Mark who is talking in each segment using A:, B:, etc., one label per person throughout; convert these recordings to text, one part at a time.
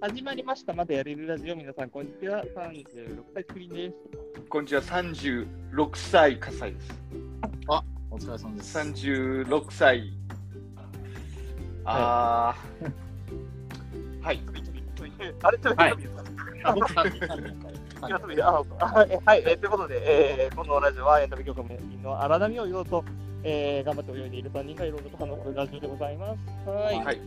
A: 始まりました。まだやれるラジオ。皆さん、こんにちは。36歳、スクリーンです。
B: こんにちは、36歳、葛西です。
C: お疲れ様です。
B: 36歳。あー。はい。
D: あれ、ちょっと、
C: はい
A: あ、僕、
C: 三人三人
D: あ
C: 三人
D: はい、はい、えということで、えー、このラジオはエンタメ局の荒波を言おうと、
A: えー、頑張って泳いでいる3人がいろいろと話すラジオでございます。はい。
B: はい。
A: っ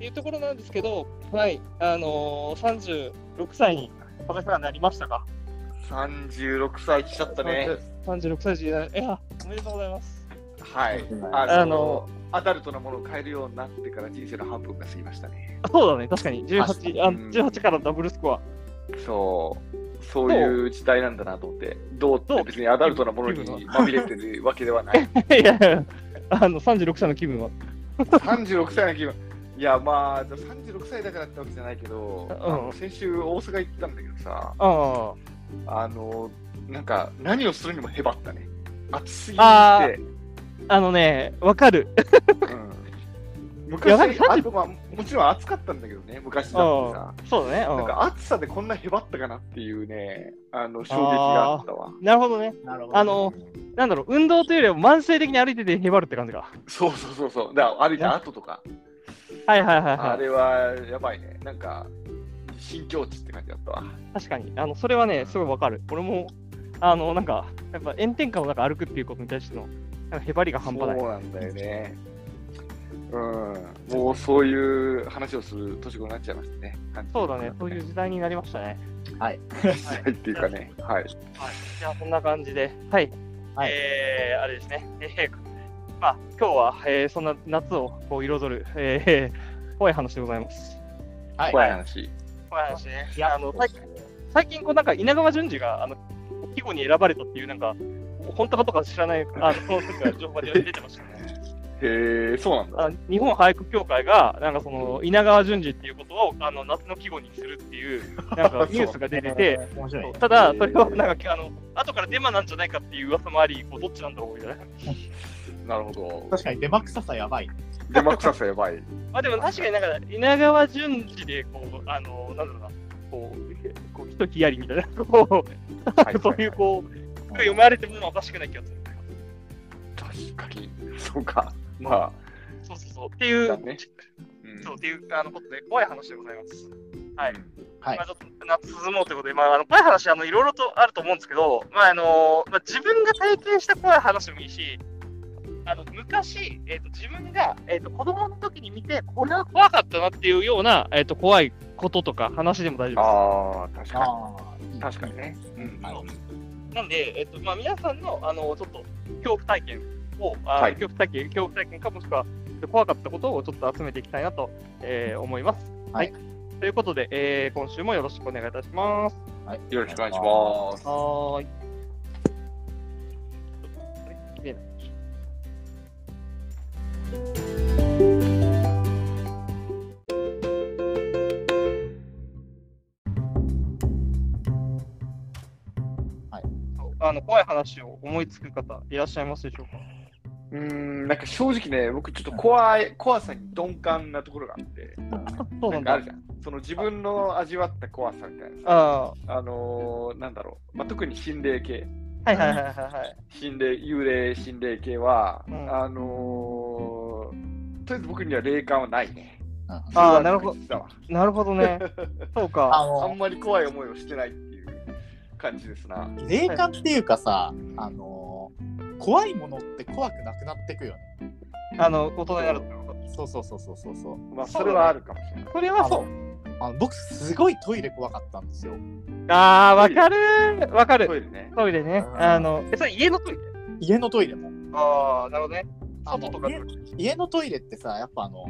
A: ていうところなんですけど、はい。あのー、36歳に、高橋さんなりましたか
B: 36歳来ちゃったね。
A: ?36 歳時代、いや、おめでとうございます。
B: はい。あの
A: あの
B: アダルトなものを変えるようになってから人生の半分が過ぎましたね。
A: あそうだね、確かに。18、あ
B: うん
A: 18からダブルスコア。
B: そう。そういう時代なんだなと思って、どうっ
A: ど
B: て
A: う
B: 別にアダルトなもの
A: 気分
B: にまみれてるわけで はな い。
A: いやいやいや、あの、36歳の気分は。
B: 36歳の気分。いや、まあ、36歳だからってわけじゃないけど、
A: うん
B: 先週大阪行ったんだけどさ、
A: あ
B: あの、なんか、何をするにもへばったね。暑すぎて。
A: ああ。あのね、わかる。
B: うん
A: やばい
B: 昔あと、まあ、もちろん暑かったんだけどね、昔だってさ。
A: そうだね。う
B: なん
A: ん
B: か暑さでこんなへばったかなっていうね、あの衝撃があったわ。
A: なるほどね。
C: なるほど。
A: あの、なんだろう、運動というよりは慢性的に歩いててへばるって感じか。
B: そうそうそうそう。だから歩いた後とか、
A: はいはいはい
B: あ
A: はい。
B: れはやばいね。なんか新境地って感じだったわ。
A: 確かに。あの、それはね、すごいわかる。俺も、あの、なんか、やっぱ炎天下の中歩くっていうことに対しての、なんかへばりが半端ない。
B: そうなんだよね。うん、もうそういう話をする年頃になっちゃいましたね。
A: そうだね、そういう時代になりましたね。
B: 時代っていうかね。はい。
A: はい。じゃあ、こんな感じで、はい。
C: はい
A: えー、あれですね。えーまあ、今日は、えー、そんな夏をこう彩る、えー、 怖い話でございます。
C: はい。
B: 怖い話。
A: 怖い話ね。
C: いや
A: あの、最近最近こうなんか稲川淳二があの季語に選ばれたっていうなんか本当かとか知らないあのなんか情報が出てましたね。
B: へえ、そうなんだ。
A: あの日本俳句協会がなんかその稲川淳二っていうことをあの夏の季語にするっていうなんかニュースが出てて。、
C: 面白いね。
A: ただそれはなんかあの後からデマなんじゃないかっていう噂もありこうどっちなんだろうみたいな。
B: なるほど。
C: 確かにデマ臭さやばい。
B: デマ臭さやばい。
A: まあでも確かになんか稲川淳二でこうあのなんだろうなこうこう一ひやりみたいなこ
B: はは
A: うそういうこう読まれてるのはおかしくない気がする。
B: 確かに。そうか。まあ、
A: そうそうそう。っていう、
B: だねうん
A: そうっていうあのことで、怖い話でございます。はい。
C: はい
A: まあ、ちょっと夏進もうということで、まあ、あの怖い話、あのいろいろとあると思うんですけど、まああのまあ、自分が体験した怖い話でもいいし、あの昔、えーと、自分が、えーと子供の時に見て、これは怖かったなっていうような、えーと怖いこととか話でも大丈夫
B: ああ、確かに。
C: ああ、
B: 確かにね。うん
C: はい
A: です。なんで、えーとまあ、皆さんのあのちょっと恐怖体験を、あー
B: はい
A: 恐怖体験、恐怖体験かもしくは怖かったことをちょっと集めていきたいなと、えー思います。
C: はい
A: ということで、えー今週もよろしくお願いいたします。
B: よろしくお願いします。
A: はーい。
C: はい
A: あの怖い話を思いつく方いらっしゃいますでしょうか。
B: うーん、なんか正直ね、僕ちょっと怖い、怖さに鈍感なところがあって、
A: あ、そうなん
B: な
A: ん
B: かあ
A: だ
B: る。じゃん。その自分の味わった怖さみたいなさ、
A: あ
B: あのー、なんだろう、まあ、特に心霊系、
A: あ、はいはいはいはいはい。
B: 心霊、幽霊心霊系は、
A: うん
B: あのー、とりあえず僕には霊感はないね。
C: に。
A: あーなるほど
B: 実は
A: なるほど ね。そうか。
C: あ
B: あん
C: の、
B: まり怖い思いをしてないっていう感じですな。
C: 霊感っていうかさ、あの、怖いものって怖くなくなってくよね。
A: あの大人になるってこと。
C: そうそうそうそうそうそう。
B: まあ、それはあるかもしれない。
A: それはそう。
C: あの僕すごいトイレ怖かったんですよ。
A: ああ、わかるー。わか
B: ト
A: る。
B: イレね。
A: トイレね
C: う。ん
A: あの、え、それ家のトイレ
C: 家のトイレも。
A: ああ、なるほどね。
C: あの
A: 外とかで。
C: 家家のトイレってさ、やっぱあの、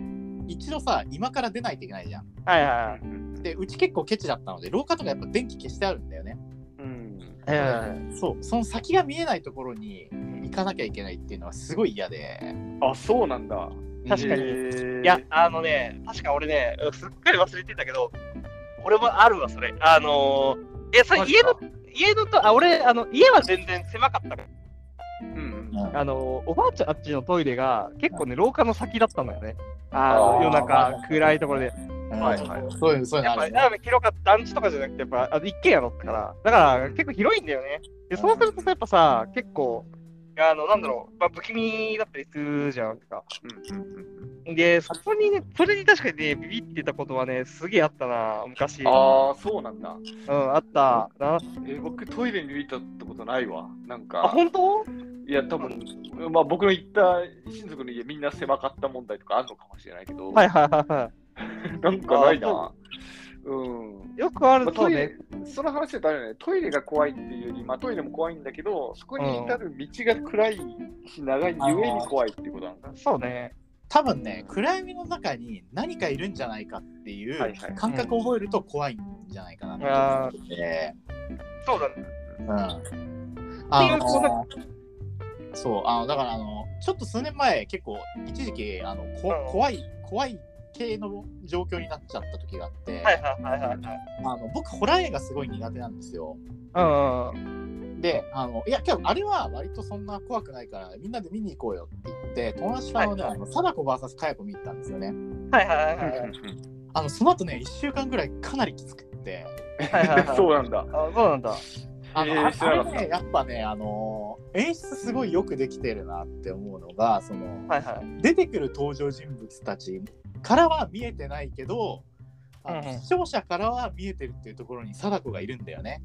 C: 一度さ、今から出ないといけないじゃん。
A: はいはいはい。
C: で、うち結構ケチだったので、廊下とかやっぱ電気消してあるんだよね。
B: うん。
C: そう、その先が見えないところに行かなきゃいけないっていうのはすごい嫌で。
B: あ、そうなんだ。
A: 確かに
B: へー
A: いや、あのね、確か俺ね、すっかり忘れてたけど、俺もあるわ、それ。あのー、え、それ
B: マジ
A: 家
B: か
A: の、家のと、あ、俺、あの、家は全然狭かったか
B: うん
C: うん
A: ら。あのー、おばあちゃんあっちのトイレが、結構ね、廊下の先だったのよね。あの
B: あー
A: 夜中、暗いところで。
B: はいはい
C: そういう、そういう
A: やっ
C: のあ
A: ぱ
C: る
A: り、
C: ね。
A: ね、広かった団地とかじゃなくて、やっぱあの一軒家だったから、だから結構広いんだよね。で、そうするとさ、やっぱさ、結構、あの、なんだろう、まあ、不気味だったりするじゃんか。
B: うんうんうん
A: で、そこにね、それに確かにね、ビビってたことはね、すげえあったな、昔。
B: ああ、そうなんだ。
A: うん、あった。な
B: えー僕、トイレに見たってことないわ。なん
A: あ、
B: か、
A: 本当
B: いや、多分まあ僕の行った親族の家、みんな狭かった問題とかあるのかもしれないけど、
A: はいはいはいは
B: なんかないな。うん。
A: い。よくあ
B: ま
A: る
B: あト
A: と
B: イ
A: ね
B: レ、その話だとあれだよね、トイレが怖いっていうより、まあ、トイレも怖いんだけど、そこに至る道が暗いし、長いゆえに怖いっていうことなんだ。
A: そうね。
C: 多分ね、暗闇の中に何かいるんじゃないかってい
B: はいうはい
C: 感覚を覚えると怖いんじゃないかな
A: あ
C: って思って。
A: そうだね。
C: うん。あのそう、あの、だからあの、ちょっと数年前、結構、一時期、あの、こ
A: うん
C: 怖い、怖い系の状況になっちゃった時があって、
A: はいはいはいはいはい。
C: あの僕、ホラー映画すごい苦手なんですよ。
A: うんうん
C: で、あの、いや、けど、あれは割とそんな怖くないから、みんなで見に行こうよって言って、友達とあのね、
A: はい
C: あの貞子 VS かやこ見に行ったんですよね。
A: うん。はいはいはいはいはい。
C: あの、その後ね、1週間ぐらいかなりきつくって、
A: はいはいはい。
B: そうなんだ。
A: あそうなんだ。
C: あの、
B: えー
C: あ
B: 知らなかっ
C: あれね、やっぱね、あの、演出すごいよくできてるなって思うのが、その、
A: はいはい。
C: 出てくる登場人物たちからは見えてないけど、あの
A: うんうん
C: 視聴者からは見えてるっていうところに貞子がいるんだよね。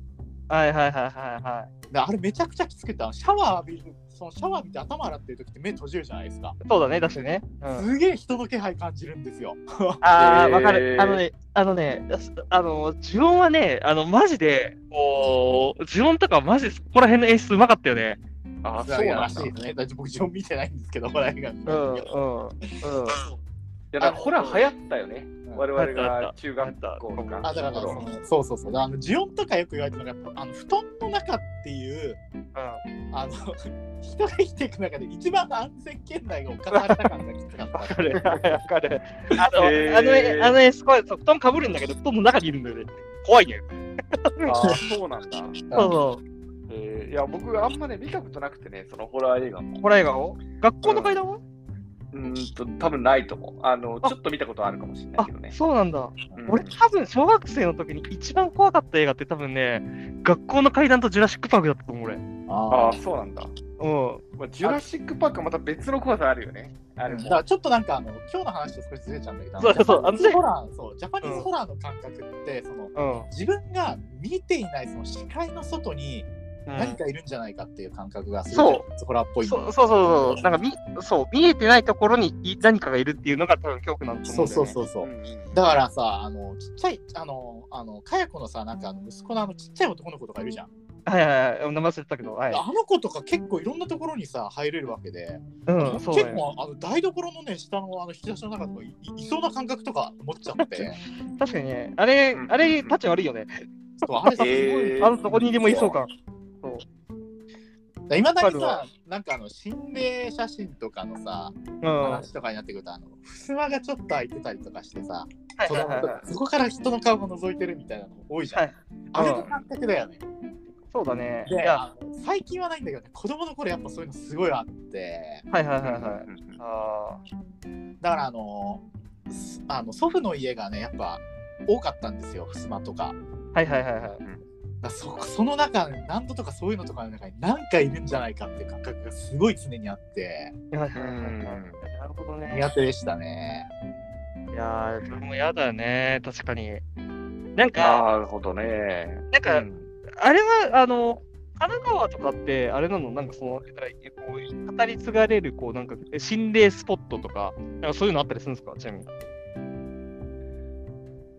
A: はいはいはいはいはい。
C: であれめちゃくちゃきつくて、あのシャワー浴びる、そのシャワー浴びて頭洗ってる時って目閉じるじゃないですか。
A: そうだね、だしね。うん。
C: すげえ人の気配感じるんですよ。
A: ああ、
B: えー
A: わかる。あのね、あのね、あの、呪音はね、あの、マジで、こう、呪音とかマジでそこら辺の演出うまかったよね。
B: あ
C: そうら
B: い
C: しい
B: や
C: ですね。だって僕、ジョン見てないんですけど、これが。
A: うん、うん、うん。
B: だからホラー流行ったよね。我々が中学校と
C: あ
B: か。
C: だからそのそうそうそう。だからあのジオンとかよく言われてるのが、やっぱあの布団の中っていう、あの 人が生きていく中で一番安全圏内が侵された感がきつかった。
A: わかる、わかる。あと、
B: えー
A: あのね、あのね、すごい、そう布団かぶるんだけど、布団の中にいるんだよね。怖いね。
B: あそうなんだ。
A: そうそう。
B: えーいや、僕、あんまね、見たことなくてね、そのホラー映画も。
A: ホラー映画を学校の階段を
B: うーんと、多分ないと思う。あの、ちょっと見たことあるかもしれない
A: あ
B: けどね。
A: そうなんだ。
B: うん
A: 俺、多分、小学生の時に一番怖かった映画って、多分ね、学校の階段とジュラシック・パークだったと思う、俺。
B: あ
C: あ
B: あ、そうなんだ。
A: うん。
B: まあ、ジュラシック・パークはまた別の怖さあるよね。あれ
C: だ
B: も。
C: からちょっとなんかあの今日の話と少しずれちゃうんだけど、
A: そうそうそう
C: あのジャパニーズホラー、そうジャパニーズホラーの感覚って、その
A: うん。
C: 自分が見ていないその視界の外に何かいるんじゃないかっていう感覚がすごい
A: そ
C: ホラーっぽいんだ
A: そ
C: よ
A: うそうそうそう、なんかみそう見えてないところにい何かがいるっていうのが多分恐怖なんだと
C: そ
A: 思う
C: うん
A: だ
C: そ
A: よ、ね。
C: うそうそううん
B: うん
C: だからさあのちっちゃいあのあのかや子のさなんかあの息子のあのちっちゃい男の子とかいるじゃん、
A: はいはいはい、名前忘れてたけど、はい。
C: あの子とか結構いろんなところにさ入れるわけで、
A: うん、そう
C: 結
A: だよ。
C: 構あの台所のね下のあの引き出しの中とかいいいそうな感覚とか持っち ゃって
A: 確かにね、あれ
B: う、ん
A: あれ、タッチ悪いよね。
C: そうあれさすごい、
B: えー
A: あの、どこにでもいそうか。
C: いまだに
A: わか
C: さ、なんかあの心霊写真とかのさ、
A: うん。は
C: 話とかになってくると、あの、襖がちょっと開いてたりとかしてさ、
A: いはい
C: そ
A: はい
C: のそこから人の顔が覗いてるみたいなの多いじゃん。
A: はい
C: あれの感覚だよね。
A: そうだね。い
C: で、
A: や、
C: あの最近はないんだけどね、子供の頃やっぱそういうのすごいあって、
A: はいはいはいはい。
B: うん
A: あ
C: だからあの、すあの祖父の家がね、やっぱ多かったんですよ、襖とか。
A: あ、はいはいはいはい。
C: だからそその中、何度とかそういうのとかの中に何かいるんじゃないかっていう感覚がすごい常にあって、
A: はいはい
B: うん
A: はいはいなるほどね。
C: 苦手でしたね。
A: いやー、それも嫌だね、確かに。なんか、
B: なるほどね。
A: なんか、
B: うん
A: あれは、あの、神奈川とかって、あれなの、なんかその、えこう語り継がれる、こう、なんか、え心霊スポットとか、なんかそういうのあったりするんですか、ちなみに。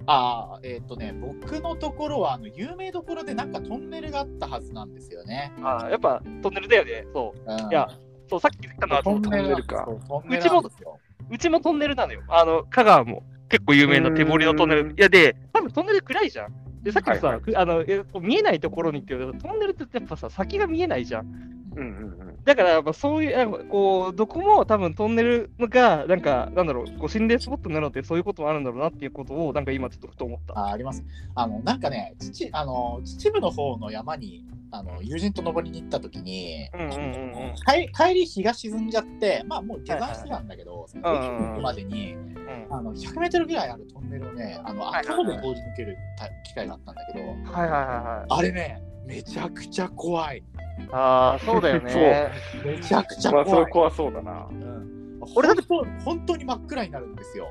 C: ああ、えっ、とね、僕のところは、あの、有名どころでなんかトンネルがあったはずなんですよね。
A: あーやっぱ、トンネルだよね。そう。
C: うん
A: いや、そう、さっき言ったのは、
C: トン
B: トン
C: ネ
B: ネ
C: ル
B: ルか
C: か。そうトンネルなんですよ。
A: うちもトンネルなのよ。あの、香川も、結構有名な手掘りのトンネ
B: う
A: ル
B: ー。ん
A: いや、で、多分トンネル暗いじゃん。で、さっきのさ、
B: はい
A: くあのえこう見えないところにっていうトンネルってやっぱさ、先が見えないじゃん。
B: うんうん
A: だから、まあ、そういう、なんかこう、どこも多分トンネルが、なんか、なんだろう、こう心霊スポットになるのって、そういうこともあるんだろうなっていうことを、なんか今、ちょっとふと思った。
C: ああります。あの、なんかね、秩あの秩父の方の山に、あの友人と登りに行った時に、
A: うんうんうんうん
C: 帰帰り日が沈んじゃって、まあもう下山してたんだけど、その
A: うんうんうん
C: 行くまでに、
A: うん
C: あの100メートルぐらいあるトンネルをね、あの
E: はいはい
C: 頭で通り抜けるた機会があったんだけど、
A: はいはいは
C: あれね、めちゃくちゃ怖い。
A: いはい。ああ、そうだよね。
C: めちゃくち
B: う
C: ゃ
B: ん。まあ、それ
C: 怖い。
B: 怖そうだな。
C: うん、
A: 俺だって
C: 本当本当に真っ暗になるんですよ。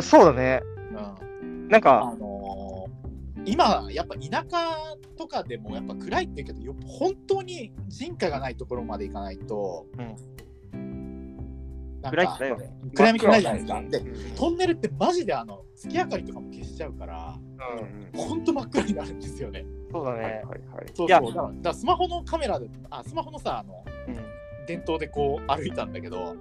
A: そうだね。
C: うん
A: なんか、
C: あのー今やっぱ田舎とかでもやっぱ暗いって言うけどよ本当に人家がないところまで行かないと、なん
A: 暗いっ
C: か
A: すだよね。
C: 暗闇暗いじゃないですか。
B: う
C: で
B: ん
C: トンネルってマジであの月明かりとかも消しちゃうから
B: う
E: うん
B: ん
C: 本当真っ暗になるんですよね。
A: そうだ
B: うんはいはい
A: ね。
B: はい。
C: そう
A: いや
C: そうだからだからスマホのカメラであスマホのさあの
A: うん。
C: 電灯でこう歩いたんだけど
A: う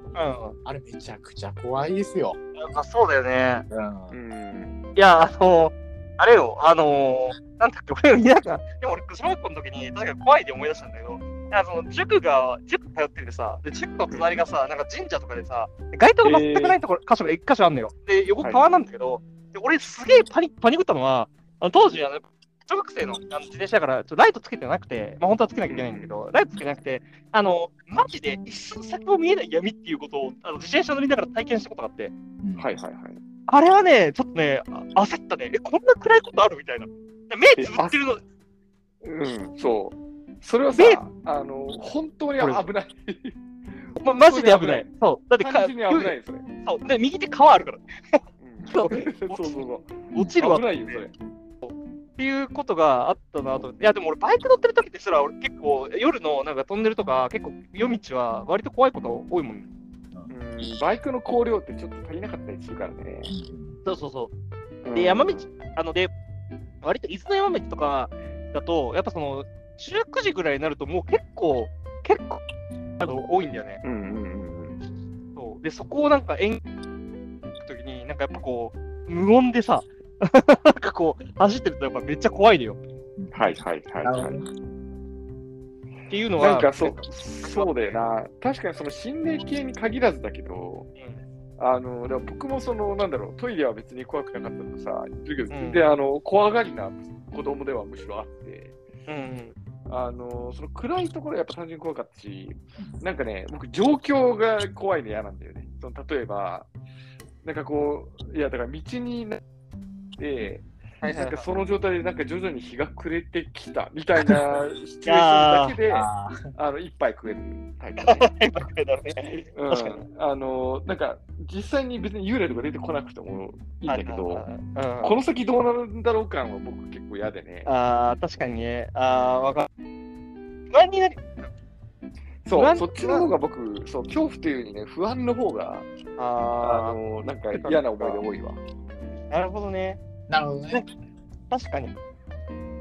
C: あれめちゃくちゃ怖いですよ。
A: ん。なんかそうだよね。
C: うん
B: うん。
A: いや、あの、あれよ、あの、なんだっけ、俺、なんか、でも俺、小学校の時に、確かに怖いで思い出したんだけど、あの塾が、塾通っててさ、で、塾の隣がさ、なんか神社とかでさ、街灯が全くないところ、箇所が一箇所あんのよ。で、横川なんだけど、で、俺、すげえパニパニクったのは、あの当時、あの、小学生のあの自転車だから、ちょっとライトつけてなくて、まあ、本当はつけなきゃいけないんだけど、ライトつけてなくて、あの、マジで一寸先も見えない闇っていうことを、あの自転車乗りながら体験したことがあって、
B: はいはいはい。
A: あれはね、ちょっとね、あ焦ったね。え、こんな暗いことあるみたいな。目つぶってるの、
B: うん、そう。それはさ
A: で、
B: あの、本当に危ない。
A: ま、マジで危ない。そう。だって
B: 単純に危ないよ、それ。
A: そうで右手川あるから。
B: うん
A: そ
B: そううそうそう。
A: 落ちるわ
B: 危ないよ、それ。
A: っていうことがあったなと。いや、でも俺、バイク乗ってる時ですら、俺結構、夜のなんかトンネルとか、結構、夜道は割と怖いこと多いもん、ね。
B: うん、バイクの光量ってちょっと足りなかったりするからね。
A: そうそうそう。
B: うん
A: で、山道、あの、で、割と伊豆の山道とかだと、やっぱその、19時ぐらいになると、もう結構、結構、あの、多いんだよね。
B: うんうん
A: そうでそこをなんか演ときになんかやっぱこう無音でさ なんかこう走ってるとやっぱめっちゃ怖いのよ
B: うん。はいはいはいはい。
A: っていうのは
B: なんかそう、そうだよな。確かにその心霊系に限らずだけど、
A: うん
B: あの、でも僕もその、なんだろう、トイレは別に怖くなかったとさ、言ってるけど、
A: うん
B: 全然あの、怖がりな子供ではむしろあって、
A: うん
B: あの、その暗いところはやっぱ単純に怖かったし、なんかね、僕、状況が怖いの嫌なんだよね。その例えば、なんかこう、いや、だから道になって、
A: はい
B: なん
A: は
B: か
A: い
B: その状態でなんか徐々に日が暮れてきたみたいなシチュエーションだけで、あ
C: あ
B: の、一杯食えるタイプね。う ん
A: 確かに
B: あのなんか実際に別に幽霊とか出てこなくてもいいんだけど、こ
A: ど
B: の先どうなるんだろう感は僕結構嫌でね。
A: あー確かにねあーわかる不安になる不
B: そう、
A: 安
B: そっちの方が僕、そう、恐怖というよりね、不安の方が、あ
A: あ
B: のなんか嫌な思い出多いわ。
A: ーなるほどね
C: ーなるほど ね。
A: 確かに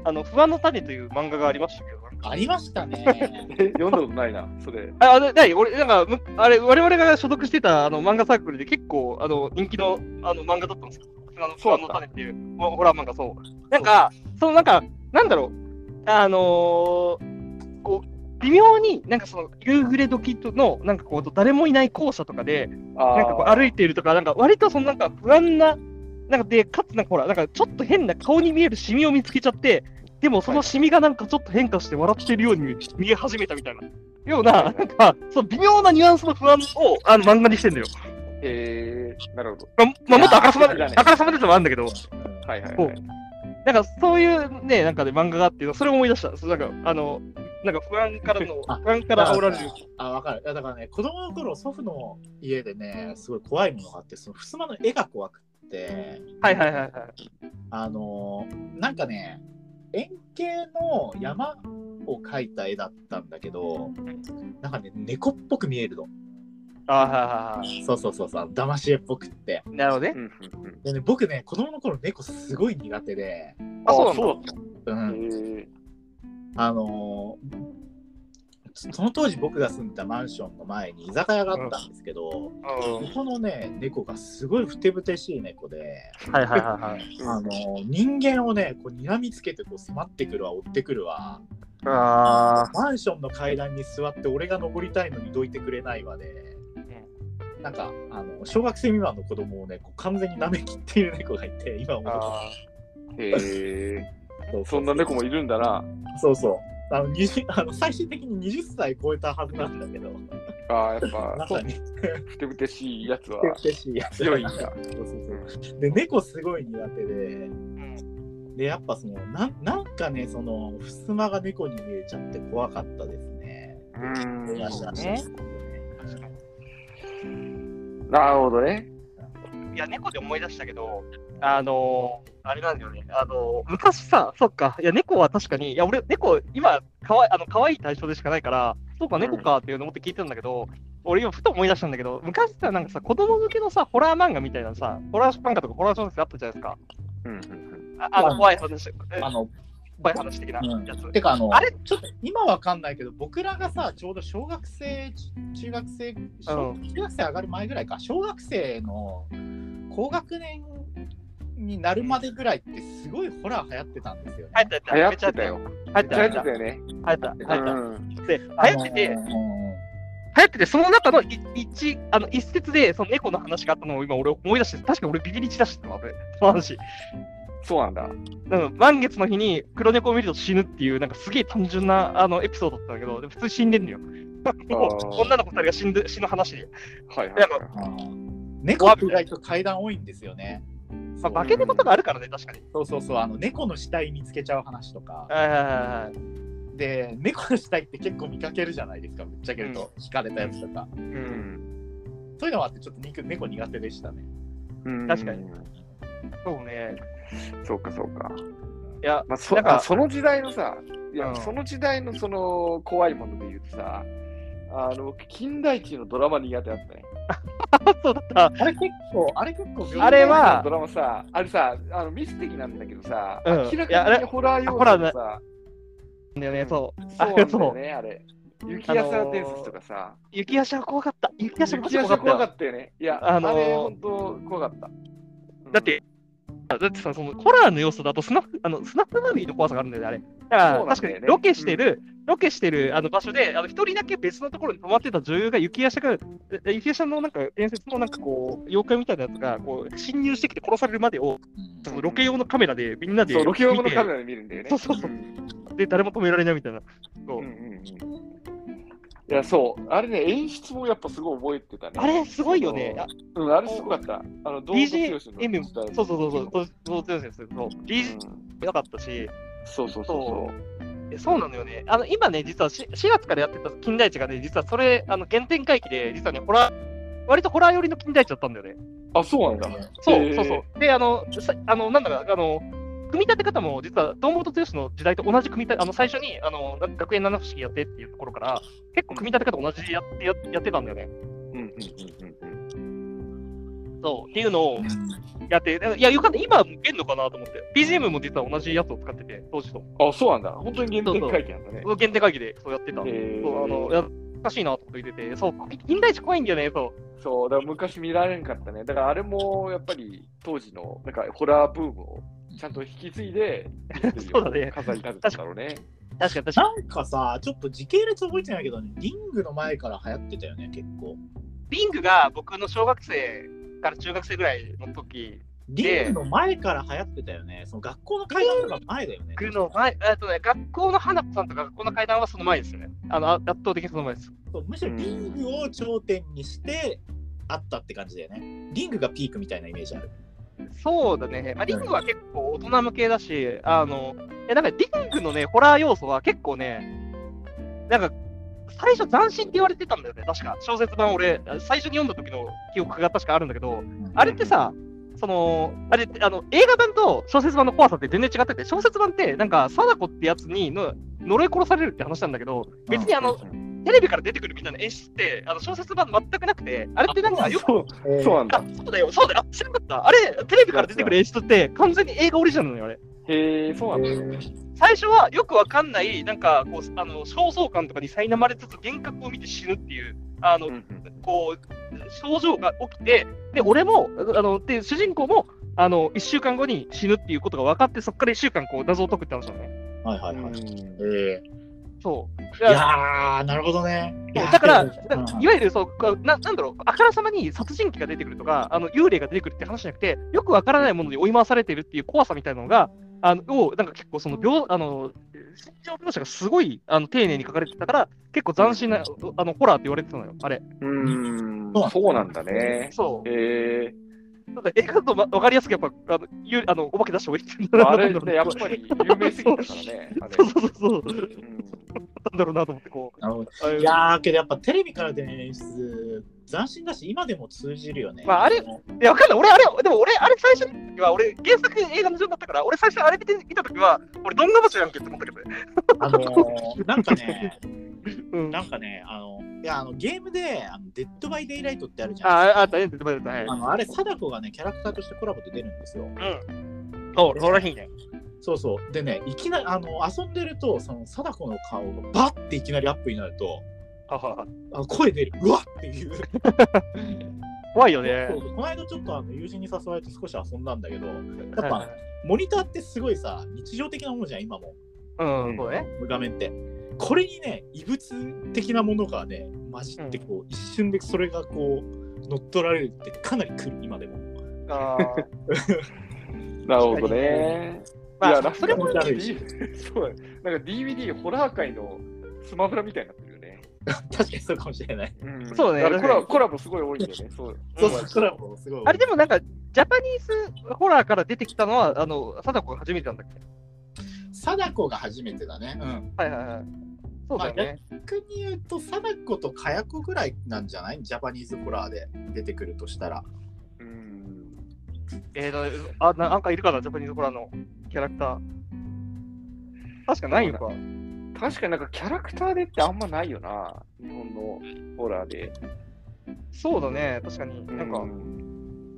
A: あの不安の種という漫画がありましたけど
C: ありましたね。
B: え読んだことないな、それ。
A: あ、あれ、 なに俺、なんか、むあれ、我々が所属してたあの漫画サークルで結構、あの、人気のあの漫画だったんですよ。あの、
B: そうだ
A: あ
B: った
A: の種っていう、ほホラー漫画、そう。なんか、その、なんか、なんだろう、あのーこう、微妙に、なんかその、夕暮れ時との、なんかこう、誰もいない校舎とかで、
B: あ
A: なんかこう、歩い
B: て。
A: ているとか、なんか、割とその、なんか、不安な、なんか、で、かつ、なんか、ほら、なんか、ちょっと変な顔に見えるシミを見つけちゃって、でも、そのシミがなんか、ちょっと変化して笑ってるように見え始めたみたいな、よう
B: は
A: な、
B: い
A: な
B: は
A: ん
B: い
A: か、その微妙なニュアンスの不安を、あの、漫画にしてんだよ。
B: えー、なるほど。
A: ま、まあ、もっとあからさま
B: いや
A: で、あからさまでともあるんだけど、
B: はいはい、
A: そ
B: は
A: う
B: い。
A: なんか、そういうね、なんかで、漫画があって、それを思い出した。そうなんか、あの、なんか、不安からの
C: あ、
A: 不安から煽られる。
C: あ、わかる。いやだからね、子供の頃、祖父の家でね、すごい怖いものがあって、その襖の絵が怖くって、
A: はいはいはいはい。
C: あのーなんかね、円形の山を描いた絵だったんだけど、なんかね、猫っぽく見えるの。
A: ああ、はいはいはい。
C: そうそうそうそう、騙し絵っぽくって。
A: なるほどね
B: う。んうんうん
C: でね、僕ね、子供の頃、猫すごい苦手で、
A: あ、そうなんだ。
B: う
C: う
B: だ。え
C: ん、
B: ー、
C: あのーそその当時僕が住んでたマンションの前に居酒屋があったんですけど、
A: うん
C: ここのね、猫がすごいふてぶてしい猫で、
A: はいはいはいはい。
C: あの人間をね、こう睨みつけてこう迫ってくるわ、追ってくるわ、
A: う
B: あ
C: マンションの階段に座って俺が登りたいのにどいてくれないわね。なんかあの小学生未満の子供をねこう完全に舐めきっている猫がいて今思うと
A: あ
B: ーへえ
C: そう
B: そんな猫もいるんだな
C: そうそうあの20あの最終的に20歳超えたはずなんだけど
B: あーやっぱ
C: 中
B: そう
C: に
B: ふてぶてしいやつは
C: 嬉しいやつ
B: 強いんだ
C: そうそうそうで猫すごい苦手で
A: うん
C: でやっぱそのなんなんかねその襖が猫に見えちゃって怖かったですね。
B: うーん
C: 出 し
A: そう
C: 出し
A: ね
C: 出し
B: なるほどね
A: いや、猫で思い出したけど、あのーあれなんだよね、あのー昔さ、そっか、いや、猫は確かに、いや、俺、猫、今、かわいあの可愛い対象でしかないから、そうか、猫かっていうの思って聞いてたんだけど、俺、今、ふと思い出したんだけど、昔さ、なんかさ、子供向けのさ、ホラー漫画みたいなさ、ホラー漫画とかホラー小説あったじゃないですか。
B: うんうん
A: ああ
C: う
A: の、
C: ん
A: 怖い話、え
C: あの
A: 怖い話的な
C: うん
A: やつ。
C: てかあの
A: あれ
C: ちょっと今わかんないけど僕らがさちょうど小学生ち中学生小
A: う
C: 中学生上がる前ぐらいか小学生の高学年になるまでぐらいってすごいホラー流行ってたんですよね。
A: 流行った
B: うん流
A: や
B: 行
A: つ、めっ
B: っ
A: ちゃ
B: て
A: 流
B: た
A: 行った。流行った
B: よめっちゃ流行っ。てたよね
A: 流行った。流行った。
B: うん
A: で、流
C: あ
A: 行
C: の
A: ってて、流
C: うん
A: 行ってて、その中のい一、あの、一節で、その猫の話があったのを今俺思い出して、確か俺ビビり散らしてたわ、俺。その話。
B: そうなんだ
A: うん、満月の日に黒猫を見ると死ぬっていう、なんかすげえ単純なあのエピソードだったんだけど、でも普通死んでんのよ。もう女の子二人が死んで死ぬ話で。
B: はいはい
A: いやま
C: あー猫って意外と階段多いんですよね。
A: まあ、化け猫とかあるからね、確かに。
C: そうそうそう、あの猫の死体見つけちゃう話とか。
A: はいはいはいはい
C: で、猫の死体って結構見かけるじゃないですか、ぶっちゃけると、引かれたやつとか。
A: う、
B: うんん
C: そういうのもあって、ちょっと肉猫苦手でしたね。
B: うん
A: 確かにそうね。
B: そうかそうか
A: いや、
B: まあ、そ
A: なんか
B: あその時代のさ、いや、
A: うん
B: その時代のその怖いもので言うとさ、あの僕金田一のドラマ苦手だったね。
A: そうだった。
C: あれ結構、あれ結構
A: あれは
B: ドラマさ、あれさ、あのミステリーなんだけどさ、
A: うん
B: 明ら
A: いやあ
B: か
A: れ
B: にホラー要素
A: ホラーだ
B: がさ、
A: だよね、そう。
B: そうなんだよね、あれ。雪屋さん伝説とかさ、
A: 雪足は怖かった。雪足はマジ
B: 雪
A: で
B: 屋
A: 怖
B: さ
A: かったよ
B: 怖かったよね。いや、
A: あ
B: あ
A: のー
B: れ本当怖かった。うん
A: だっ、て、だってさ、そのホラーの要素だとスナフあのスナップバービーの怖さがあるんだよね、あれ。だから
B: そうなん
A: 確か
B: だよね
A: にロケしてる、ロケしてるあの場所で、あの一人だけ別のところに泊まってた女優が雪屋社が、え雪屋社のなんか伝説のなんかこう、妖怪みたいなやつがこう侵入してきて殺されるまでを、そのロケ用のカメラでみんなで
B: そう、ロケ用の
A: 見て
B: カメラで見るんだよね。
A: そうそうそうんで、誰も止められないみたいな。そう
B: うんうんうんいや、そう、あれね、演出もやっぱすごい覚えてたね。
A: あれ、すごいよね。あ
B: うん、あれすごかった。あの、
A: BGM
B: の時代
A: そうそうそうそう、そうそうそうそう、DJ
B: うん
A: なかったし、
B: そうそうそ
A: えそうなのよね。あの今ね、実はし4月からやってた金田一がね、実はそれ、あの原点回帰で、実はね、ホラー、割とホラー寄りの金田一だったんだよね。
B: う。あ、そうなんだ。
A: そう、
B: へー
A: そうそう。で、あの、さあのなんだか、あの、組み立て方も、実は、堂本剛の時代と同じ組み立て、あの、最初に、あの、な学園七不思議やってっていうところから、結構組み立て方同じやってややってたんだよね。
B: うんうんうん
A: そう。っていうのをやって、いや、よかった、今も出んのかなと思って、BGM も実は同じやつを使ってて、当時と。
B: うん。あ、そうなんだ。本当に原点回帰なんだね。
A: 限定会議でそうやってた。
B: へー
A: そう、あの、いやおかしいなと思って言ってて、そう、金田一怖いんだよね、そう。
B: そう、だから昔見られんかったね。だからあれもやっぱり当時のなんかホラーブームをちゃんと引き継いで、
A: そうだね
B: 飾り立てたんだろうね。
A: 確かに確かに。
C: なんかさ、ちょっと時系列覚えてないけどね、リングの前から流行ってたよね、結構。
A: リングが僕の小学生から中学生ぐらいの時、
C: リングの前から流行ってたよね。その学校の階段とか前だよね。
A: 僕の前、えっとね、学校の花子さんとか学校の階段はその前ですよね。あの、あ圧倒的にその前です。
C: そうむしろリングを頂点にしてあったって感じだよね。リングがピークみたいなイメージある。
A: そうだね。まあ、リングは結構大人向けだし、あの、え、なんかリングのね、ホラー要素は結構ね、なんか、最初斬新って言われてたんだよね、確か。小説版俺、最初に読んだ時の記憶が確かあるんだけど、あれってさ、その、あれって、あの、映画版と小説版の怖さって全然違ってて、小説版って、なんか、貞子ってやつにの呪い殺されるって話なんだけど、別にあの、テレビから出てくるみたいな演出って、あの、小説版全くなくて、あれってなんか、よく、
B: そう、
C: えー
B: そうなん
A: あ
B: だ。、
A: そうだよ、そうだよ、あ知らなかった。あれ、テレビから出てくる演出って、完全に映画オリジナルなのよ、あれ。
B: へえ、そうなんだ。
A: 最初はよくわかんない、なんか、こう、あの、焦燥感とかに苛まれつつ、幻覚を見て死ぬっていう、あの
B: う、んうん
A: こう症状が起きて、で俺もあので主人公もあの1週間後に死ぬっていうことが分かって、そこから1週間こう謎を解くって話なのね。
C: はいはいはい。えー
A: そう。
C: いやー、なるほどね。
A: だから、だから
C: うん
A: いわゆるそうな、なんだろう、あからさまに殺人鬼が出てくるとか、あの幽霊が出てくるって話じゃなくて、よくわからないものに追い回されてるっていう怖さみたいなのが、あのをなんか結構その描、あの心情描写がすごいあの丁寧に書かれてたから、結構斬新なあのホラーって言われてたのよ、あれ。
B: うん、そうなんだね。
A: そ
B: え
A: う。ただ映画だとわわかりやすく、やっぱあの幽あのお化け出した方がいいって
B: ー、
A: な
B: あ
A: な
B: れ
A: んだろう
B: ね、やっぱり有名すぎたからね。あれ
A: そうそうそうそう、
B: うん
A: なんだろうなと思って、こう。
C: なるほど
A: ああいう
C: いやー、けどやっぱテレビから出る演出、斬新だし、今でも通じるよね。
A: まああれいや、わかんない。俺、あれ、でも俺、あれ最初の時は、俺、原作映画の順だったから、俺最初あれ見て見た時は、俺、どんが場所やんけって思ったけどね。
C: あのーなん かね、
A: うん。あ
C: なんかね、あの、いや、あの、ゲームで、あのデッドバイデイライトってあるじゃん。
A: あ、あったね、出てまいたね。
C: あのあれ、貞子がね、キャラクターとしてコラボで出るんですよ。
A: そう、そうらしいね。
C: そうそう。でね、いきなり、あの、遊んでると、その、貞子の顔がバッていきなりアップになると、
A: はは
C: あ声出る、うわっていう。
A: 怖いよね
C: そ。うそうこの間ちょっとあの友人に誘われて少し遊んだんだけど、やっぱモニターってすごいさ、日常的なものじゃん、今も。
A: うん、そう ね。
C: 画面って。これにね、異物的なものがね、混じってこう、一瞬でそれがこう、乗っ取られるってかなり来る、今でも。
A: あー
B: なるほどね。い
A: ま
B: や、な
A: あ、
B: ん
A: そ
B: か
A: れ
C: も
A: も、
C: だるい
B: そうだなんか DVD ホラー界のスマブラみたいになってるよね。
C: 確かにそうかもしれない。
B: うん
A: そうね
B: だから
A: 確か
B: コラ
A: に
B: ボコラボすごい多いんだよね。そう。
C: そうそう、コラボすごい。
A: あれでもなんか、ジャパニーズホラーから出てきたのは、あの、貞子が初めてなんだっけ
C: 貞子が初めてだね。うん。
A: はいはいはい。そうだよね。
C: 逆に言うと、貞子とかや子ぐらいなんじゃないジャパニーズホラーで出てくるとしたら。
B: うん。
A: えーと、あな、なんかいるかな、ジャパニーズホラーのキャラクター。確かないのか。
B: 確かになんかキャラクターでってあんまないよな。日本のホラーで。
A: そうだね、確かに。なんか
B: う、ん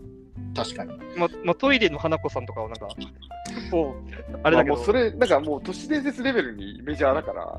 C: 確かに。
A: ま、まあ、トイレの花子さんとかはなんか、こう、あれだけど、
B: まあもう
A: そ
B: それ、なんかもう都市伝説レベルにメジャーだから。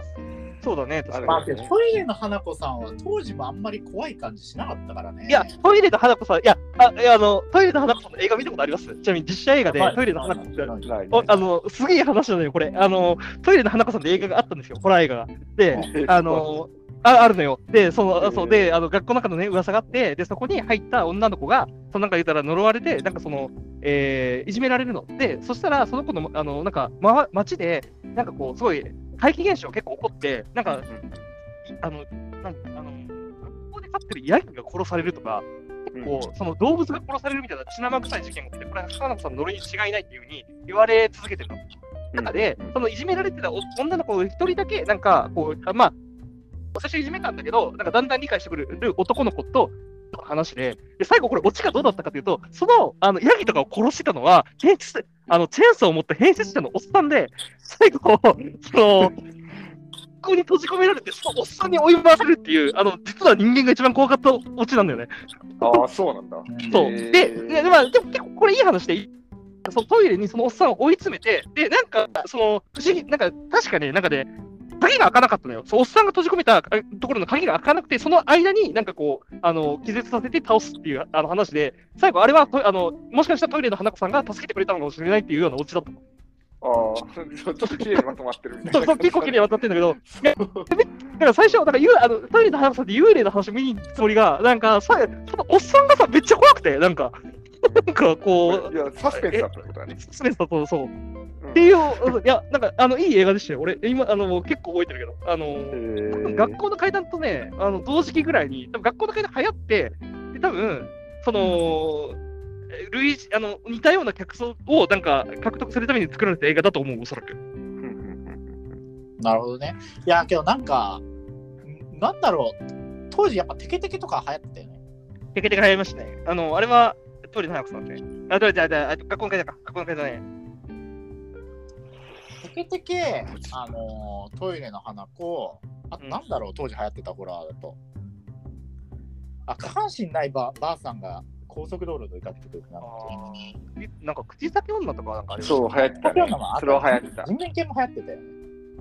A: うだね、確
B: ま
A: か
C: ま
B: あ
C: あ、
B: け
C: け
B: ど
C: どトイレの花子さんは当時もあんまり怖い感じしなかったからね。
A: に。いや、トイレの花子さん、いや、あいやあのトイレの花子さんの映画見たことありますちなみに実写映画で
C: はい
A: トイレの花子さんって、
C: はい
B: ない
A: おあの、すげえ話なのよ、これ。あの、トイレの花子さんって映画があったんですよ、ホラー映画が。で、あ、のああるのよ。で、その、あそうで、あの学校の中のね、噂があって、で、そこに入った女の子が、そのなんか言ったら呪われて、なんかその、えーいじめられるの。で、そしたら、その子の、あの、なんか、ま、街で、なんかこう、すごい、怪奇現象結構起こって、なんか、あの、なんあの、学校で飼ってるヤギが殺されるとか、
B: うん
A: こう、その動物が殺されるみたいな血生臭い事件が起きて、これは花子さんの呪いに違いないっていうふうに言われ続けてるの。中で、そのいじめられてたお女の子を一人だけ、なんかこう、あまあ、最初いじめたんだけど、なんかだんだん理解してくれる男の子と話で、で最後、これ、オチがどうだったかというと、そのあのヤギとかを殺してたのは、変質あのチェーンソーを持った変質者のおっさんで、最後、その、ここに閉じ込められて、そのおっさんに追い回されるっていう、あの実は人間が一番怖かったオチなんだよね。
B: ああ、そうなんだ。
A: そう。
B: へ
A: で、
B: ー
A: で、まあ、でも結構これいい話で、そのトイレにそのおっさんを追い詰めて、で、なんか、その、不思議、なんか、確かね、なんかね、鍵が開かなかったのよ。そうおっさんが閉じ込めたあところの鍵が開かなくて、その間になんかこう、あの、気絶させて倒すっていうあの話で、最後、あれはトイあの、もしかしたらトイレの花子さんが助けてくれたのかもしれないっていうようなオチだっ た。
B: ああ、ちょっと綺麗にまとまってるみたい
A: そう
B: な。
A: そう結構綺麗に渡ってるんだけど、だから最初、なんか幽あのトイレの花子さんって幽霊の話を見に行くつもりが、なんかさ、そのおっさんがさ、めっちゃ怖くて、なんか、 なんかこう、
B: いや、サスペンスだったってことだね。
A: スペンスだとそう。
B: うん
A: っていう、うんいや、なんか、あの、いい映画でしたよ。俺、今、あの、結構覚えてるけど、あ
B: へ
A: の、
B: ー
A: 学校の階段とね、あの、同時期ぐらいに、多分学校の階段流行って、で、多分、その、類似あの似たような客層をなんか獲得するために作られた映画だと思う、おそらく。
B: うんうん
C: なるほどね。いや、けどなんか、んなんだろう、当時やっぱテケテケとか流行ってたよね。
A: テケテケ流行りましたね。あの、あれは、トイレの早くさんね。あ、トイレじゃあ、学校の階段か。学校の階段ね。
C: テケテケ、あのートイレの花子、あとなんだろう、当時流行ってたホラーだと。あ、下半身ないばばあさんが高速道路で歌ってくるな
A: あ。あ。なんか、口裂け女とかなんかあ
B: う
A: れ
B: んそう、流行ってたね。それは流行ってた。
C: 人面犬も流行ってたよね。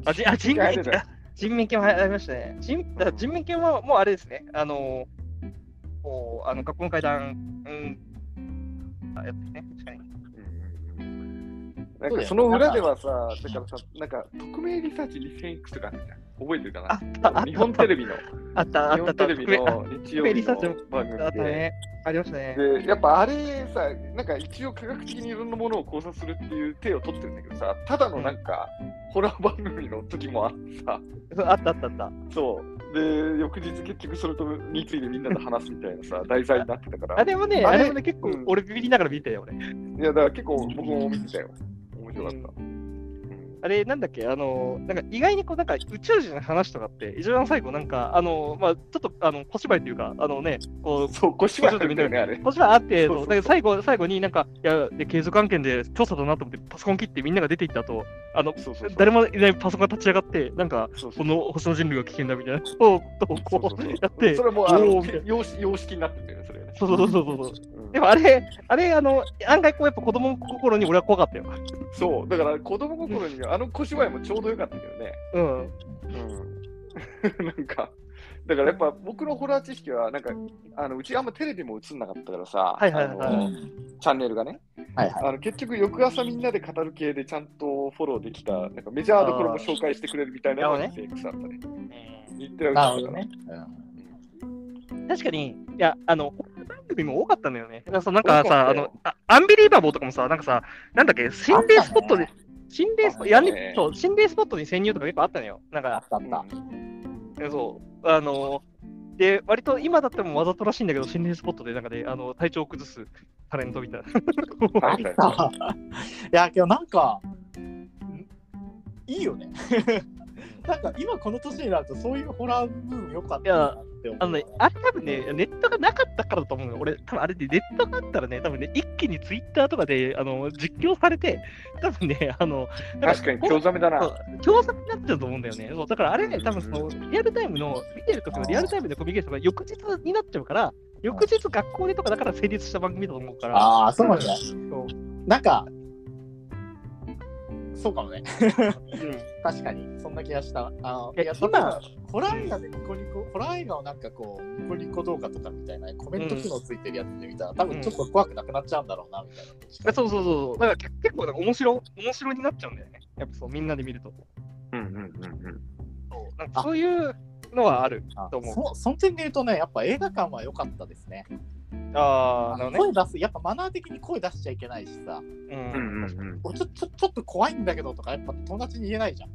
A: あ、じあ人
B: 流行っ
A: 面
B: て
A: 犬
B: たよ
A: 人面犬も流行りましたね。人だから人面犬はもうあれですね、あのー、こうあの学校の階段、うん、あやってね、確かに。
B: なんかその裏ではさ、だからさ、なんか匿名リサーチ 2000X とかあるじゃん。覚えてるかな日本テレビの、
A: あった、あ
B: 日
A: っ
B: 本
A: た、
B: テ
A: あった。
B: レビの日曜日の番
A: あった
B: 組で。
A: ね。ありましたね。
B: でやっぱあれさ、なんか一応科学的にいろんなものを考察するっていう手を取ってるんだけどさ、ただのなんか、ホラー番組の時もあってさ、
A: そうあった、あった、あった。
B: そう。で、翌日結局それとについてみんなで話すみたいな さ、題材になってたから。
A: あれもね、
B: あ
A: あ
B: れ
A: れもね、結構
B: うん
A: 俺ビビりながら見てたよ、俺。
B: いや、だから結構僕も見てたよ。面白かった。
A: あれ、なんだっけ、あの、なんか意外にこう、なんか宇宙人の話とかって、一番最後、なんか、あの、まあ、ちょっと、あの、小芝居というか、あのね、こう、
B: そう、腰はちょっと見たよね、あれ。
A: 小芝居あって、
B: そう
A: そ
B: そう
A: うだけど最後、最後になんか、いや、で、継続案件で調査だなと思って、パソコン切ってみんなが出ていった後、あの、
B: そうそうそう。
A: 誰もいないパソコンが立ち上がって、なんか、
B: そうそ
A: こ
B: う
A: の星の人類は危険だみたいなことを
B: そう
A: こ
B: そう
A: う
B: そう
A: やって、
B: それもうあの
A: おーみたいな
B: 様式様式になってるんだよね、それがね。
A: そうそうそうそうそう。
B: うん
A: でもあれ、あれ、あの、案外こう、やっぱ子供の心に俺は怖かったよ。
B: そう、だから子供心にはあの小芝居もちょうどよかったけどね。
A: うん。
B: うん。 なんか、だからやっぱ僕のホラー知識は、なんか、あのうちあんまテレビも映んなかったからさ、
A: はいはいはい
B: あ
C: う
B: の
C: ん
B: チャンネルがね、
C: はいはい。
B: あの結局翌朝みんなで語る系でちゃんとフォローできた、なんかメジャーどころも紹介してくれるみたいなのが
A: あー
B: 見ていくさったね。
A: うん
B: 日テレは映んな
C: な
B: かっ
C: る
B: た
C: ほど
B: から
C: ね。
A: 確かに、いや、あの、番組も多かったんだよね。だからさなんか
B: 多か
A: さ、
B: っ
A: あ
B: たよ
A: の、あアンビリーバボーとかもさ、なんかさ、なんだっけ、心霊スポット
C: あっ
A: で
C: た、
A: 心霊スポット、
B: あ
A: やん
B: ね
A: そう、心霊スポットに潜入とか結構あったのよ。なん
C: あっ
A: か、
C: たあった。
A: そう、あの、で、割と今だってもわざとらしいんだけど、心霊スポットで、なんかね、あの、体調を崩すタレントみたいな。
B: あ
C: あ
B: っ
C: った
B: よ
C: た。いや、けどなんか、んいいよね。なんか今この年になるとそういうホラーブーム良かったなって思う。
A: あのね、あれ多分ね、ネットがなかったからだと思うのよ。俺、多分あれでネットがあったらね、多分ね、一気にツイッターとかであの実況されて、多分ね、あの、なん
B: 確かに興ざめだな。
A: そう共作になっちゃうと思うんだよね。そうだからあれね、多分そのリアルタイムの、見てる時のリアルタイムのコミュニケーションが翌日になっちゃうから、翌日学校でとかだから成立した番組だと思うから、
C: ああ、そうなんだ
A: そう。
C: なんか、そうかもね。
A: うん
C: 確かに、そんな気がした。あの
A: いや
C: いや
A: 今
C: 今、ホラー映画でニコニコ、ホラー映画をなんかこう、ニコニコ動画とかみたいなコメント機能ついてるやつで見たら、多分ちょっと怖くなくなっちゃうんだろうな、みたいな。
A: そうそうそうそう。だから結結構なんか面白、面白になっちゃうんだよね。やっぱそう、みんなで見ると。
B: うんうんうんうん。
A: そうなんかそういうのはある
C: あ
A: と思う。
C: そその点で言うとね、やっぱ映画館は良かったですね。
A: ああ、なるほどね。
C: 声出す、やっぱマナー的に声出しちゃいけないしさ、
A: うん
B: うんうんうん。
C: 俺ちょちょちょっと怖いんだけどとか、やっぱ友達に言えないじゃん。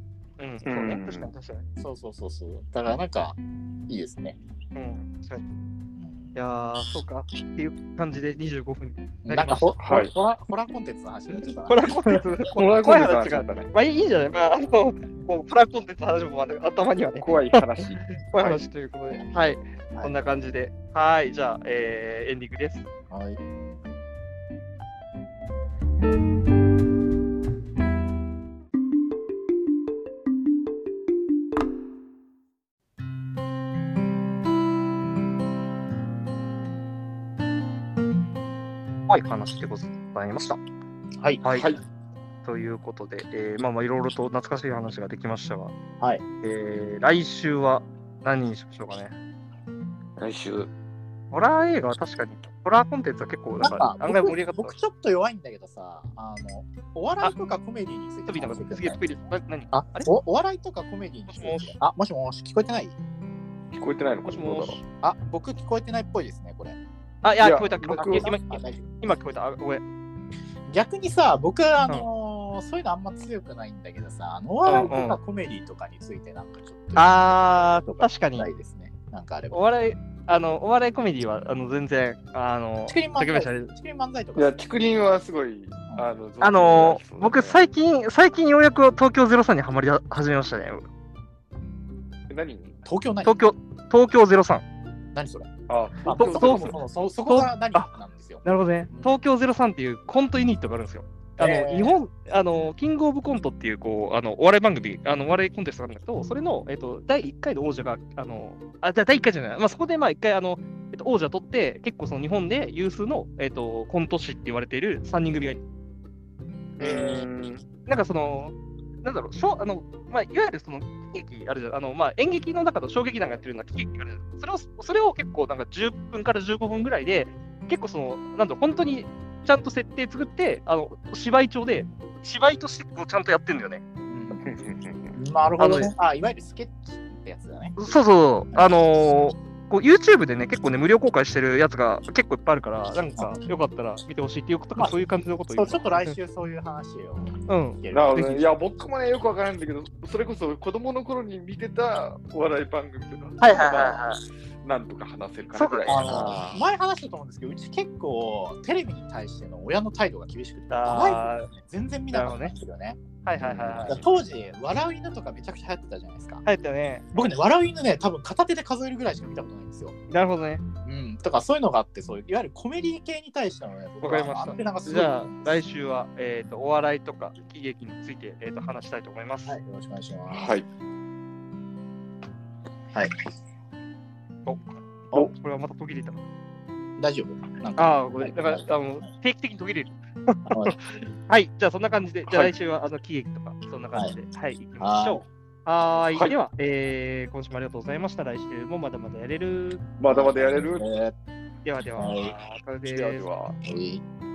A: うん、そうね
B: う。ん
A: 確かに確かに。
C: そうそうそうそう。だからなんか、いいですね。
A: うん、確かに。い
C: うん
A: やー、そうか。っていう感じで25分。
C: なんかホ、
B: はい
C: ホラホラーコンテンツの話になっちゃったな。
A: ホラーコンテンツ、
B: 怖い
A: 怖い
B: 話
A: 話
B: が
A: が
B: あ。ったね。
A: まあいいいいんじゃないまあ、あの、こうホラーコンテンツの話もある頭にはね、
B: 怖い話。
A: 怖い話ということで、はい、こんな感じで。はい、じゃあ、えーエンディングです。
C: はい。
A: 怖い話でございました。
C: はい。
A: はい。
B: はい
A: ということで、えーまあまあいろいろと懐かしい話ができましたが、
C: はい
A: えー来週は何にしましょうかね。
B: 来週。
A: ホラー映画は確かに、ホラーコンテンツは結構、な
C: なんん
A: か
C: か、
A: 案外盛り上がった。
C: 僕ちょっと弱いんだけどさ、あの、お笑いとかコメディについ
A: ト
C: て
A: ビーなん
C: 話
A: か
C: して
A: す
C: く
A: げえ
C: ださい
A: トビーな何
C: あ
A: あれ
C: おお笑いとかコメディについて
A: もしもし
C: あ、もしもし、聞こえてない
B: 聞こえてないのか
A: もしも
B: どうだろ
A: し
B: う。
C: あ、僕聞こえてないっぽいですね、これ。
A: あ、いや、
B: いや
A: 聞こえた、聞こえた。
B: 僕
A: 今、今
C: あ大丈夫
A: 今聞こえた。あごめん。
C: 逆にさ、僕、あのーそういうのあんま強くないんだけどさ、あのお笑いとかコメディとかについてなんかちょっと。
A: あー、確かに
C: な。いですね。なんかあれば。
A: お笑い、あの、お笑いコメディは、あの、全然、あの、
C: チクリン漫
A: 竹林あれ
C: 才チクリン漫才と
B: いや、
C: か。
B: 竹林はすごい、あの、
A: あのー僕、
B: 最
A: 最近、最近ようやく東京03にはまりだ始めましたね。
B: 何
C: 東京何
A: 東京、東京03。
C: 何それ
B: あ、
C: あ
A: と
C: そ
A: と
C: そそそそそこが何なんですよ。
A: なるほどね。東京03っていうコントユニットがあるんですよ。あの、
C: えー
A: 日本、あの、キングオブコントっていう、こう、あの、お笑い番組、あの、お笑いコンテストがあるんだけど、それの、えっと、第1回の王者が、あの、あ、じゃあ第1回じゃない、まあ、そこで、まあ、1回、あの、えっと、王者取って、結構その日本で有数の、えっと、コント師って言われている3人組がいる。
B: うん。
A: なんかその、なんだろう、しょあのまあ、いわゆるその喜劇あるじゃん、あのまあ、演劇の中の小劇団がやってるような喜劇があるじゃん。それをそれを結構なんか10分から15分ぐらいで、結構その、なんだろう、本当にちゃんと設定作って、あの芝居調で、芝居としてこうちゃんとやってるんだよね。
C: うんなるほどね。あいわゆるスケッチってやつだね。
A: そうそう、あのーこう YouTube でね、結構ね、無料公開してるやつが結構いっぱいあるから、なんか、よかったら見てほしいっていうとか、
C: まあ
A: そういう感じのことを言
C: そう
A: う。
C: ちょっと来週そういう話を
A: うん。
C: 聞ける。
B: なるほど
A: ぜ
B: ね。
A: ひ
B: いや、僕もね、よくわからないんだけど、それこそ子供の頃に見てたお笑い番組とか、
E: はいはいはいはい。
B: なんとか話せるかなぐらいか
C: あの
B: な。
C: 前話したと思うんですけど、うち結構テレビに対しての親の態度が厳しくて、
A: あー
C: 長いことね全然見なかったんですよね。
A: はいはいはいはい
C: だから。当時、笑う犬とかめちゃくちゃ流行ってたじゃないですか。
A: 入ったね。
C: 僕ね、笑う犬ね、多分片手で数えるぐらいしか見たことないんですよ。
A: なるほどね。
C: うん。とかそういうのがあって、そういういわゆるコメディ系に対してのね、僕は
A: わかりました
C: アンテナがす
A: じ
C: ごい。
A: ゃあ
C: は、
A: 来週は、えっ、と、お笑いとか喜劇について、えっ、と、話したいと思います。
C: い、よろしくお願いします。
B: はい。
A: お
B: お
A: これはまた途切れた。
C: 大丈夫なんか。
A: ああ、ごめん。だから、あの、定期的に途切れる。
C: はい
A: はい、じゃあそんな感じで、じゃあ
B: はい
A: 来週はあの喜劇とか、そんな感じで、はい、行き
C: は
A: ま
C: い
A: しょう。はーい、
B: はい
A: では、えー、今週もありがとうございました。来週もまだまだやれる。
B: まだまだやれる
C: え
A: ではでは、
C: は
A: お
C: い
A: 疲れ様
B: で
A: です。
B: は。
C: ーはい